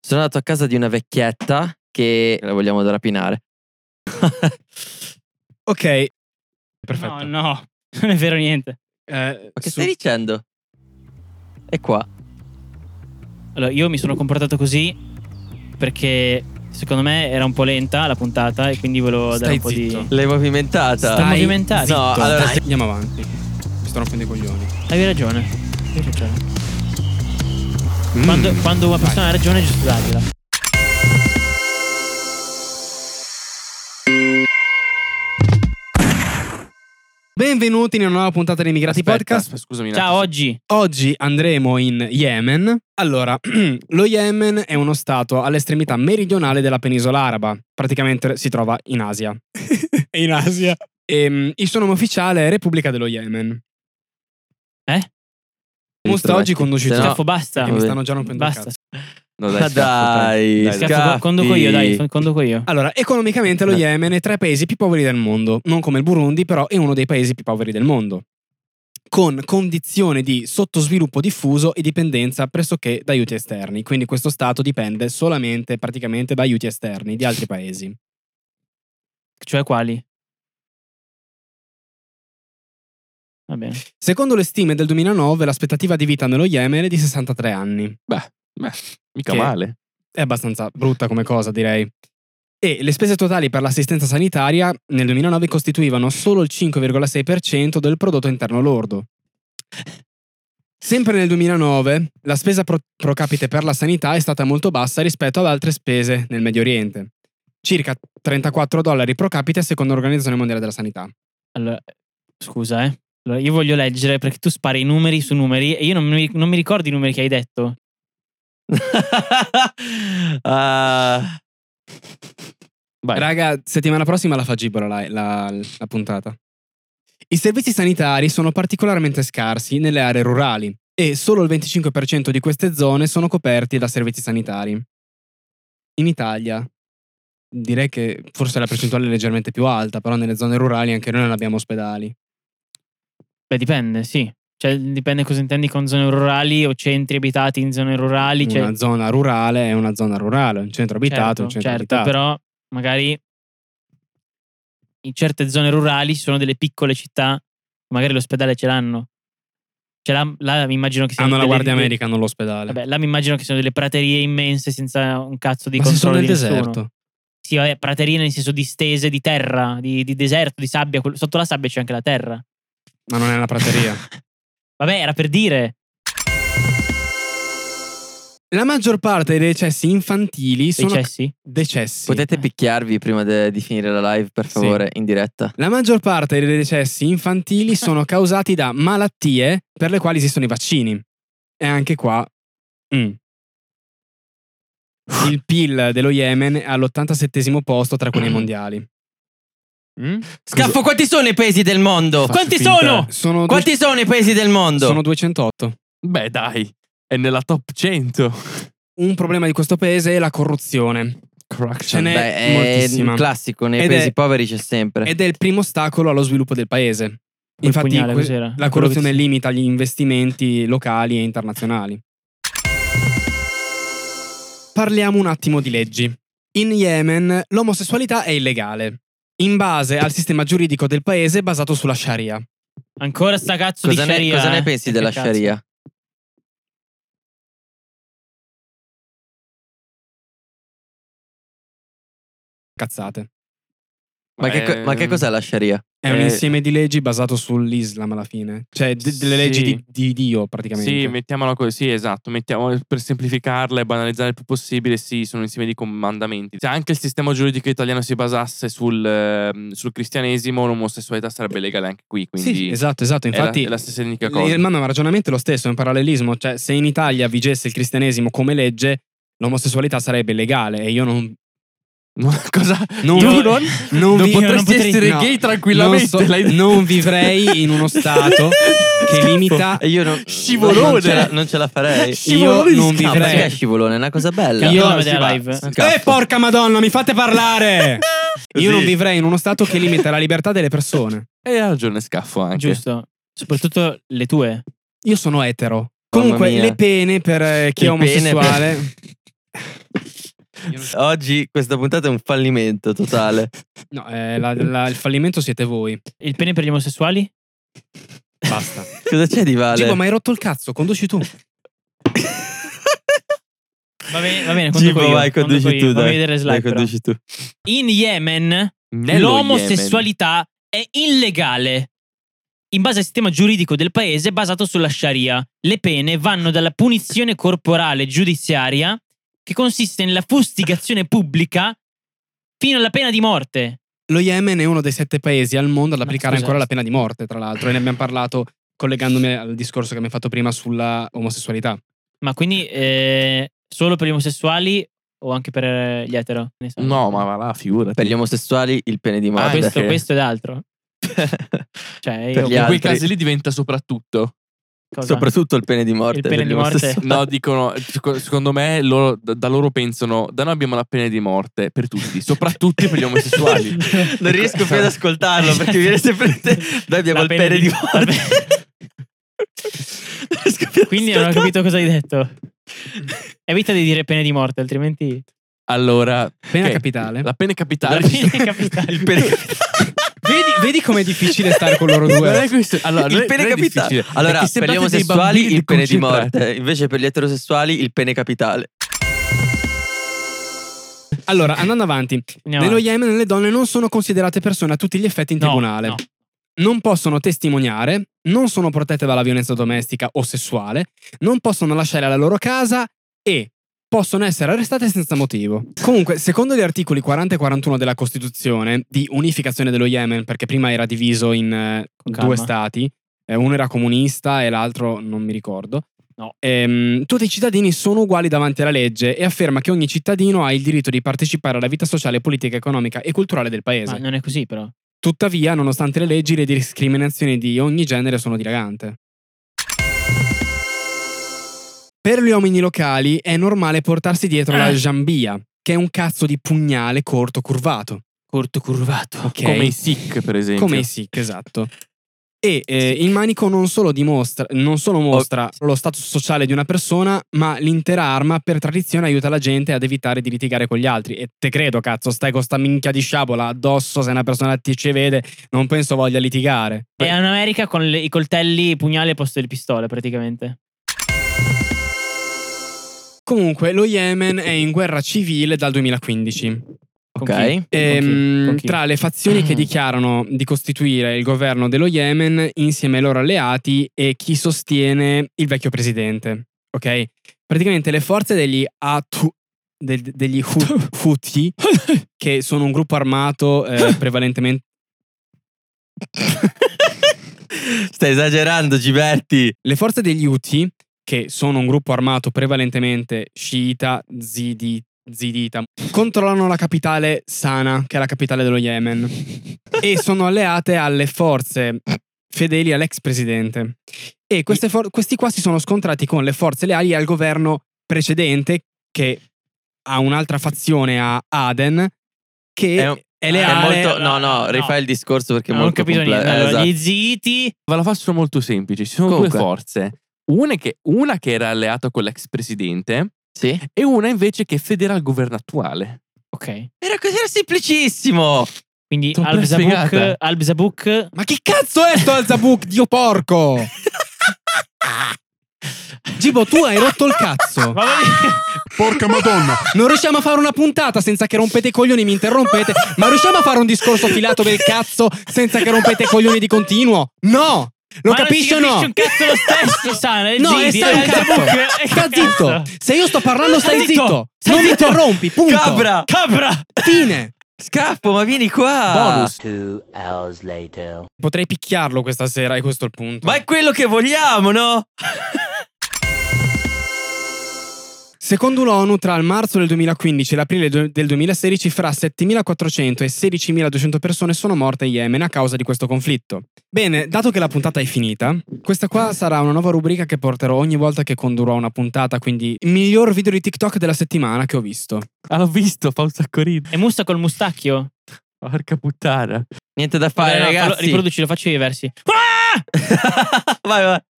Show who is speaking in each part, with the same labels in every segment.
Speaker 1: Sono andato a casa di una vecchietta che la vogliamo da rapinare.
Speaker 2: Ok. Perfetto.
Speaker 3: No, no, non è vero niente.
Speaker 2: Eh,
Speaker 1: Ma che
Speaker 2: su-
Speaker 1: stai dicendo? È qua.
Speaker 3: Allora, io mi sono comportato così perché secondo me era un po' lenta la puntata e quindi volevo
Speaker 2: Stai
Speaker 3: dare un po'
Speaker 2: zitto.
Speaker 3: di...
Speaker 1: L'hai movimentata.
Speaker 3: Sta
Speaker 2: Dai,
Speaker 3: movimentata.
Speaker 1: No,
Speaker 2: Zitto,
Speaker 1: allora
Speaker 2: dai,
Speaker 1: se-
Speaker 2: andiamo avanti. Mi sto rompendo i coglioni.
Speaker 3: Hai ragione. Hai ragione. Quando,
Speaker 2: Mm.
Speaker 3: quando una
Speaker 2: Vai.
Speaker 3: persona ha ragione è giusto dargliela.
Speaker 2: Benvenuti in una nuova puntata di Immigrati
Speaker 1: Aspetta,
Speaker 2: Podcast.
Speaker 1: aspetta, scusami. un
Speaker 3: Ciao,
Speaker 1: attimo.
Speaker 3: oggi.
Speaker 2: Oggi andremo in Yemen. Allora, lo Yemen è uno stato all'estremità meridionale della penisola araba, praticamente si trova in Asia. È in Asia. Ehm, il suo nome ufficiale è Repubblica dello Yemen.
Speaker 3: Eh?
Speaker 2: Mo sta oggi conduci
Speaker 1: Se
Speaker 2: tu.
Speaker 1: no-
Speaker 3: Scaffo, basta.
Speaker 2: Perché mi stanno già rompendo il
Speaker 3: Basta.
Speaker 2: cazzo.
Speaker 1: No, Ma dai, dai,
Speaker 2: dai,
Speaker 3: Scaffo, conduco io, dai, conduco io.
Speaker 2: Allora, economicamente lo
Speaker 1: Eh.
Speaker 2: Yemen è tra i paesi più poveri del mondo, non come il Burundi, però è uno dei paesi più poveri del mondo, con condizioni di sottosviluppo diffuso e dipendenza pressoché da aiuti esterni. Quindi questo stato dipende solamente praticamente da aiuti esterni di altri paesi.
Speaker 3: Cioè quali? Va bene.
Speaker 2: Secondo le stime del 2009, l'aspettativa di vita nello Yemen è di 63 anni.
Speaker 1: Beh, mica
Speaker 2: Che-
Speaker 1: male.
Speaker 2: è abbastanza brutta come cosa, direi. E le spese totali per l'assistenza sanitaria nel 2009 costituivano solo il 5,6% del prodotto interno lordo. Sempre nel 2009 la spesa pro, pro capite per la sanità è stata molto bassa rispetto ad altre spese nel Medio Oriente, circa 34 dollari pro capite secondo l'Organizzazione Mondiale della Sanità.
Speaker 3: Allora, scusa, eh. Allora, io voglio leggere perché tu spari numeri su numeri e io non mi, non mi ricordo i numeri che hai detto.
Speaker 1: Ah. Vai.
Speaker 2: Raga, settimana prossima la fa Gibola la, la- la puntata. I servizi sanitari sono particolarmente scarsi nelle aree rurali e solo il 25% di queste zone sono coperti da servizi sanitari. In Italia direi che forse la percentuale è leggermente più alta, però nelle zone rurali anche noi non abbiamo ospedali.
Speaker 3: Beh, dipende, sì. Cioè, dipende cosa intendi con zone rurali o centri abitati in zone rurali. Cioè,
Speaker 2: Una zona rurale è una zona rurale, un centro abitato, è un
Speaker 3: certo,
Speaker 2: centro
Speaker 3: certo,
Speaker 2: abitato.
Speaker 3: però magari in certe zone rurali ci sono delle piccole città, magari l'ospedale ce l'hanno. Cioè, là, là mi immagino che siano
Speaker 2: Hanno la
Speaker 3: delle-
Speaker 2: Guardia
Speaker 3: delle-
Speaker 2: America, non l'ospedale.
Speaker 3: Vabbè, là mi immagino che siano delle praterie immense senza un cazzo di
Speaker 2: Eh. Ma se sono
Speaker 3: controllo
Speaker 2: nel
Speaker 3: di nessuno.
Speaker 2: deserto.
Speaker 3: Sì, vabbè, praterie nel senso distese di terra, di, di deserto, di sabbia. Quello- Sotto la sabbia c'è anche la terra.
Speaker 2: Ma non è una prateria.
Speaker 3: Vabbè, era per dire.
Speaker 2: La maggior parte dei decessi infantili
Speaker 3: Dei
Speaker 2: sono
Speaker 3: cessi?
Speaker 2: decessi.
Speaker 1: Potete picchiarvi prima de- di finire la live, per favore, in diretta.
Speaker 2: La maggior parte dei decessi infantili sono causati da malattie per le quali esistono i vaccini. E anche qua. mm. Il PIL dello Yemen è all'87 posto tra quelli mondiali. Mm?
Speaker 1: Scaffo, quanti sono i paesi del mondo?
Speaker 2: Faccio
Speaker 3: Quanti
Speaker 2: finta-
Speaker 3: sono?
Speaker 2: Sono,
Speaker 1: Quanti sono i paesi del
Speaker 2: due-
Speaker 1: mondo?
Speaker 2: sono 208.
Speaker 1: Beh, dai, è nella top 100.
Speaker 2: Un problema di questo paese è la corruzione. Ce
Speaker 1: Corruption.
Speaker 2: n'è
Speaker 1: Beh, è
Speaker 2: moltissima.
Speaker 1: un classico, nei
Speaker 2: Ed
Speaker 1: paesi
Speaker 2: è-
Speaker 1: poveri c'è sempre.
Speaker 2: Ed è il primo ostacolo allo sviluppo del paese.
Speaker 3: Quel
Speaker 2: Infatti,
Speaker 3: pugnale,
Speaker 2: que-
Speaker 3: cos'era?
Speaker 2: la
Speaker 3: Quello che ti-
Speaker 2: corruzione limita gli investimenti locali e internazionali. Parliamo un attimo di leggi. In Yemen l'omosessualità è illegale, in base al sistema giuridico del paese basato sulla Sharia.
Speaker 3: Ancora sta cazzo
Speaker 1: Cosa
Speaker 3: di
Speaker 1: ne,
Speaker 3: sharia.
Speaker 1: cosa ne
Speaker 3: eh?
Speaker 1: pensi
Speaker 3: Che
Speaker 1: della
Speaker 3: cazzo.
Speaker 1: sharia?
Speaker 2: Cazzate.
Speaker 1: Ma, che, co- ma che cos'è
Speaker 2: Ehm.
Speaker 1: la sharia?
Speaker 2: È un
Speaker 4: Eh,
Speaker 2: insieme di leggi basato sull'Islam alla fine, cioè de- delle
Speaker 4: Sì.
Speaker 2: leggi di, di Dio praticamente.
Speaker 4: Ehm, Sì, mettiamola così, esatto. Mettiamo, per semplificarla e banalizzare il più possibile, sì, sono un insieme di comandamenti. Se anche il sistema giuridico italiano si basasse sul, ehm, sul cristianesimo, l'omosessualità sarebbe legale anche qui. Quindi
Speaker 2: Sì, sì, esatto, esatto.
Speaker 4: è la-
Speaker 2: Infatti,
Speaker 4: è, la, stessa identica cosa.
Speaker 2: Il- Ma no, il ragionamento è lo stesso, è un parallelismo. Cioè, se in Italia vigesse il cristianesimo come legge, l'omosessualità sarebbe illegale e io non.
Speaker 4: No, cosa?
Speaker 2: Non,
Speaker 3: Tu
Speaker 2: vi-
Speaker 3: non-
Speaker 2: non vi-
Speaker 3: potresti essere
Speaker 2: no,
Speaker 4: gay
Speaker 2: non, so- non vivrei in uno stato che limita.
Speaker 1: E io non,
Speaker 4: Scivolone!
Speaker 1: Non ce la, non ce la farei.
Speaker 2: Io non
Speaker 1: No,
Speaker 2: vivrei.
Speaker 1: perché è scivolone? È una cosa bella.
Speaker 3: Io
Speaker 2: Cioè, Io-
Speaker 3: la
Speaker 4: sì, va.
Speaker 3: live.
Speaker 1: Sì.
Speaker 2: Eh, porca madonna, mi fate parlare! Io non vivrei in uno stato che limita la libertà delle persone.
Speaker 4: E ha ragione Scaffo anche.
Speaker 3: Giusto. Soprattutto le tue.
Speaker 2: Io sono etero.
Speaker 1: Mamma
Speaker 2: Comunque,
Speaker 1: mia.
Speaker 2: le pene per eh, chi è
Speaker 1: Il pene
Speaker 2: omosessuale.
Speaker 1: per- Oggi questa puntata è un fallimento totale.
Speaker 2: No, eh, la- la- il fallimento siete voi.
Speaker 3: Il pene per gli omosessuali?
Speaker 2: Basta.
Speaker 1: Cosa c'è di Vale?
Speaker 2: Gigo, ma hai rotto il cazzo, conduci tu.
Speaker 3: Va bene, va bene. conduco
Speaker 1: Gibo,
Speaker 3: io,
Speaker 1: vai,
Speaker 3: conduco
Speaker 1: conduci
Speaker 3: io.
Speaker 1: tu.
Speaker 3: Fammi
Speaker 1: Dai,
Speaker 3: vedere slide,
Speaker 1: Dai,
Speaker 3: però.
Speaker 1: conduci tu.
Speaker 3: In Yemen
Speaker 4: Nello
Speaker 3: l'omosessualità è illegale. In base al sistema giuridico del paese basato sulla Sharia, le pene vanno dalla punizione corporale giudiziaria, che consiste nella fustigazione pubblica, fino alla pena di morte.
Speaker 2: Lo Yemen è uno dei sette paesi al mondo ad
Speaker 3: Ma
Speaker 4: Eh,
Speaker 2: applicare
Speaker 3: scusa.
Speaker 2: ancora
Speaker 4: esatto.
Speaker 2: la pena di morte, tra l'altro, e ne abbiamo parlato collegandomi al discorso che abbiamo fatto prima sulla omosessualità.
Speaker 3: Ma quindi eh, solo per gli omosessuali o anche per gli etero? Ne so. Ah,
Speaker 4: Yemen. No, ma va là, figura.
Speaker 1: Eh, Per gli omosessuali il pene di morte.
Speaker 3: questo,
Speaker 4: che-
Speaker 3: questo ed altro. Cioè,
Speaker 1: Per gli
Speaker 3: io
Speaker 4: In quei
Speaker 1: altri.
Speaker 4: casi lì diventa soprattutto.
Speaker 3: cosa?
Speaker 1: Soprattutto il pene di morte.
Speaker 3: Il pene
Speaker 1: per
Speaker 3: di
Speaker 1: gli
Speaker 3: morte.
Speaker 1: omosessuali.
Speaker 4: No, dicono, seco- secondo me, loro- da da loro pensano, da noi abbiamo la pena di morte per tutti, soprattutto per gli omosessuali.
Speaker 1: Non riesco più ad ascoltarlo perché viene sempre. in te- Noi abbiamo
Speaker 3: La
Speaker 1: il pene di morte. Non riesco più ad
Speaker 3: Quindi non ho
Speaker 1: ascoltarlo.
Speaker 3: capito cosa hai detto. Evita di dire pene di morte, altrimenti.
Speaker 4: Allora,
Speaker 2: Pena
Speaker 4: ok,
Speaker 2: capitale.
Speaker 4: La pena capitale.
Speaker 3: La pena capitale.
Speaker 4: Il pene
Speaker 2: Vedi, vedi com'è difficile stare con loro
Speaker 4: Non è
Speaker 2: due.
Speaker 4: questo. Allora, non
Speaker 1: il
Speaker 4: è-
Speaker 1: pene
Speaker 4: non è
Speaker 1: capitale.
Speaker 4: difficile.
Speaker 1: Allora,
Speaker 4: Perché
Speaker 1: per gli
Speaker 4: sembrate dei
Speaker 1: omosessuali
Speaker 4: bambini
Speaker 1: il pene di
Speaker 4: deconcentrati.
Speaker 1: morte, invece per gli eterosessuali il pene capitale.
Speaker 2: Allora, andando avanti,
Speaker 3: Andiamo
Speaker 2: nello
Speaker 3: avanti.
Speaker 2: Yemen le donne non sono considerate persone a tutti gli effetti in
Speaker 3: No,
Speaker 2: tribunale.
Speaker 3: no.
Speaker 2: Non possono testimoniare, non sono protette dalla violenza domestica o sessuale, non possono lasciare la loro casa e possono essere arrestate senza motivo. Comunque, secondo gli articoli 40 e 41 della Costituzione di unificazione dello Yemen, perché prima era diviso in eh,
Speaker 3: Con calma.
Speaker 2: due stati, eh, uno era comunista e l'altro non mi ricordo.
Speaker 3: No.
Speaker 2: Ehm, tutti i cittadini sono uguali davanti alla legge e afferma che ogni cittadino ha il diritto di partecipare alla vita sociale, politica, economica e culturale del paese.
Speaker 3: Ma non è così, però.
Speaker 2: Tuttavia, nonostante le leggi, le discriminazioni di ogni genere sono dilagante. Per gli uomini locali è normale portarsi dietro la
Speaker 3: Eh.
Speaker 2: giambia, che è un cazzo di pugnale corto curvato.
Speaker 3: Corto curvato.
Speaker 2: Ok?
Speaker 4: Come i Sikh, per esempio.
Speaker 2: Come i Sikh, esatto. E eh, il manico non solo, dimostra, non solo mostra lo status sociale di una persona, ma l'intera arma per tradizione aiuta la gente ad evitare di litigare con gli altri. E te credo, cazzo, stai con sta minchia di sciabola addosso, se una persona ti ci vede, non penso voglia litigare.
Speaker 3: È in America con le- i coltelli, i pugnali al posto delle pistole, praticamente.
Speaker 2: Comunque, lo Yemen è in guerra civile dal 2015.
Speaker 3: Con
Speaker 1: Ok.
Speaker 3: chi? Con chi?
Speaker 2: Ehm,
Speaker 3: Con chi?
Speaker 2: tra le fazioni che
Speaker 3: Mm.
Speaker 2: dichiarano di costituire il governo dello Yemen insieme ai loro alleati e chi sostiene il vecchio presidente. Ok? Praticamente le forze degli Atu- del- degli Hu- Houthi, che sono un gruppo armato eh, prevalentemente.
Speaker 1: Stai esagerando, Giberti.
Speaker 2: Le forze degli Houthi, che sono un gruppo armato prevalentemente sciita, zidi- zidita, controllano la capitale Sana, che è la capitale dello Yemen, e sono alleate alle forze fedeli all'ex presidente. E queste for- questi qua si sono scontrati con le forze leali al governo precedente, che ha un'altra fazione a Aden, che
Speaker 1: È
Speaker 2: è,
Speaker 1: un-
Speaker 2: leale.
Speaker 1: è molto, no, no,
Speaker 3: no.
Speaker 1: rifai il discorso perché è
Speaker 3: No, non ho
Speaker 1: molto
Speaker 3: capito
Speaker 1: complesso.
Speaker 3: niente.
Speaker 1: Eh, esatto.
Speaker 3: Allora, Gli ziti.
Speaker 4: Ve la faccio molto semplice. Ci sono
Speaker 1: Comunque.
Speaker 4: due forze. Una che, una che era alleata con l'ex presidente
Speaker 1: Sì?
Speaker 4: e una invece che è fedele al governo attuale.
Speaker 3: Ok.
Speaker 1: Era così, era semplicissimo.
Speaker 3: Quindi
Speaker 4: Sono
Speaker 3: Al
Speaker 4: ben
Speaker 3: Zabuk,
Speaker 4: spiegata.
Speaker 3: Al Zabuk
Speaker 2: Ma che cazzo è sto Al-Zabuk, dio porco? Gibo, tu hai rotto il cazzo.
Speaker 3: Va bene.
Speaker 5: Porca madonna!
Speaker 2: Non riusciamo a fare una puntata senza che rompete i coglioni e mi interrompete, ma riusciamo a fare un discorso filato del cazzo senza che rompete i coglioni di continuo? No! Lo
Speaker 3: Ma non
Speaker 2: capisci
Speaker 3: si
Speaker 2: o no?
Speaker 3: capisce un cazzo lo stesso, Sana, è
Speaker 2: No, è
Speaker 3: ziti,
Speaker 2: stai
Speaker 3: è
Speaker 2: un
Speaker 3: il
Speaker 2: cazzo.
Speaker 3: Zabuk, è il
Speaker 2: Sta
Speaker 3: cazzo.
Speaker 2: zitto. Se io sto parlando, stai
Speaker 3: Stai
Speaker 2: zitto.
Speaker 3: zitto. Stai
Speaker 2: non mi
Speaker 3: zitto.
Speaker 2: interrompi, punto.
Speaker 1: Cabra,
Speaker 3: Cabra!
Speaker 2: Fine.
Speaker 1: scappo, ma vieni qua.
Speaker 4: Bonus.
Speaker 6: Two hours later.
Speaker 2: Potrei picchiarlo questa sera, e questo è il punto.
Speaker 1: Ma è quello che vogliamo, no?
Speaker 2: Secondo l'ONU, tra il marzo del 2015 e l'aprile du- del 2016, fra 7.400 e 16.200 persone sono morte in Yemen a causa di questo conflitto. Bene, dato che la puntata è finita, questa qua sarà una nuova rubrica che porterò ogni volta che condurrò una puntata, quindi il miglior video di TikTok della settimana che ho visto.
Speaker 4: Ah, l'ho visto, fa un sacco ridere.
Speaker 3: E Musta col mustacchio.
Speaker 4: Porca puttana.
Speaker 1: Niente da
Speaker 3: Vabbè,
Speaker 1: fare,
Speaker 3: no, fallo-
Speaker 1: ragazzi.
Speaker 3: riproduci, lo faccio io i versi.
Speaker 1: vai, vai.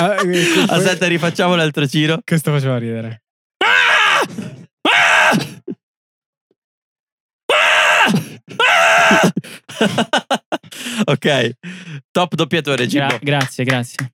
Speaker 2: Ah, eh,
Speaker 4: Aspetta, rifacciamo l'altro giro.
Speaker 2: Questo faceva ridere.
Speaker 4: ok, top doppiatore Gibbo.
Speaker 3: Gra- grazie, grazie.